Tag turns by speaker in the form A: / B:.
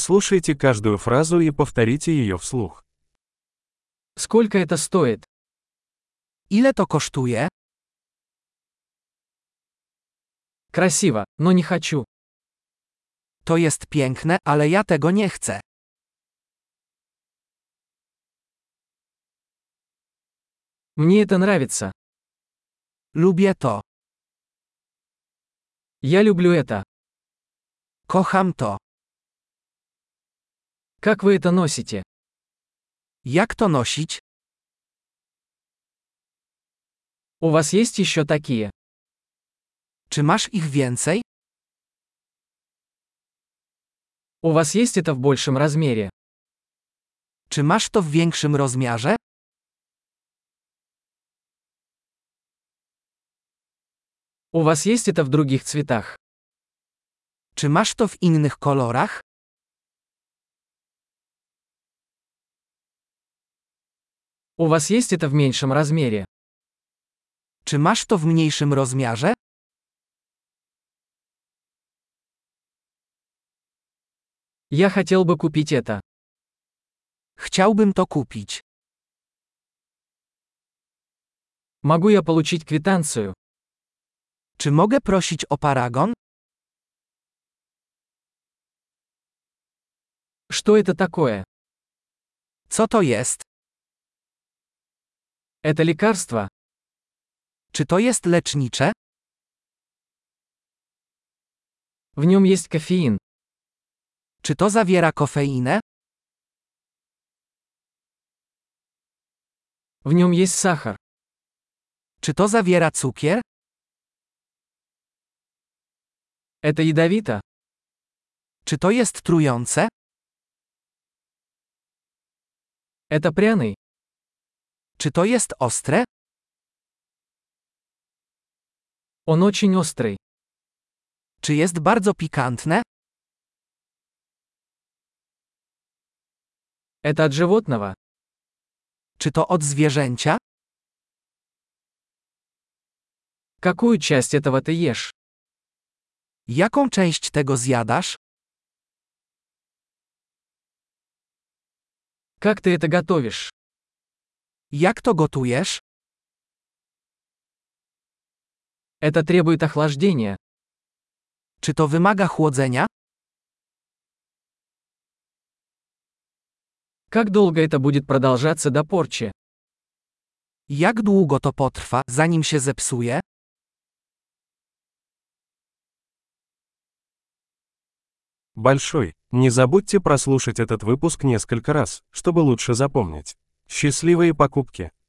A: Прослушайте каждую фразу и повторите ее вслух.
B: Сколько это стоит?
C: Ile to kosztuje?
B: Красиво, но не хочу.
C: To jest piękne, ale ja tego nie chcę.
B: Мне это нравится.
C: Lubię to.
B: Я люблю это.
C: Kocham to.
B: Как вы это носите?
C: Jak to nosić?
B: У вас есть еще такие?
C: Czy masz ich więcej?
B: У вас есть это в большем размере?
C: Czy masz to w większym rozmiarze?
B: У вас есть это в других цветах?
C: Czy masz to w innych kolorach?
B: У вас есть это в меньшем размере?
C: Czy masz to w mniejszym rozmiarze?
B: Я хотел бы купить это.
C: Chciałbym to kupić.
B: Могу я получить квитанцию?
C: Czy mogę prosić o paragon?
B: Что это такое?
C: Co to jest?
B: Это лекарство?
C: Czy to jest lecznicze?
B: В нем есть кофеин.
C: Czy to zawiera kofeinę?
B: В нем есть сахар.
C: Czy to zawiera cukier?
B: Это ядовито?
C: Czy to jest trujące?
B: Это пряный?
C: Czy to jest ostre?
B: Он очень острый.
C: Czy jest bardzo pikantne?
B: Это от животного?
C: Czy to od zwierzęcia?
B: Какую часть этого ты ешь?
C: Jaką część tego zjadasz?
B: Как ты это готовишь?
C: Jak to gotujesz?
B: Это требует охлаждения.
C: Czy to wymaga chłodzenia?
B: Как долго это будет продолжаться до порчи?
C: Jak długo to potrwa, zanim się zepsuje?
A: Большой. Не забудьте прослушать этот выпуск несколько раз, чтобы лучше запомнить. Счастливые покупки!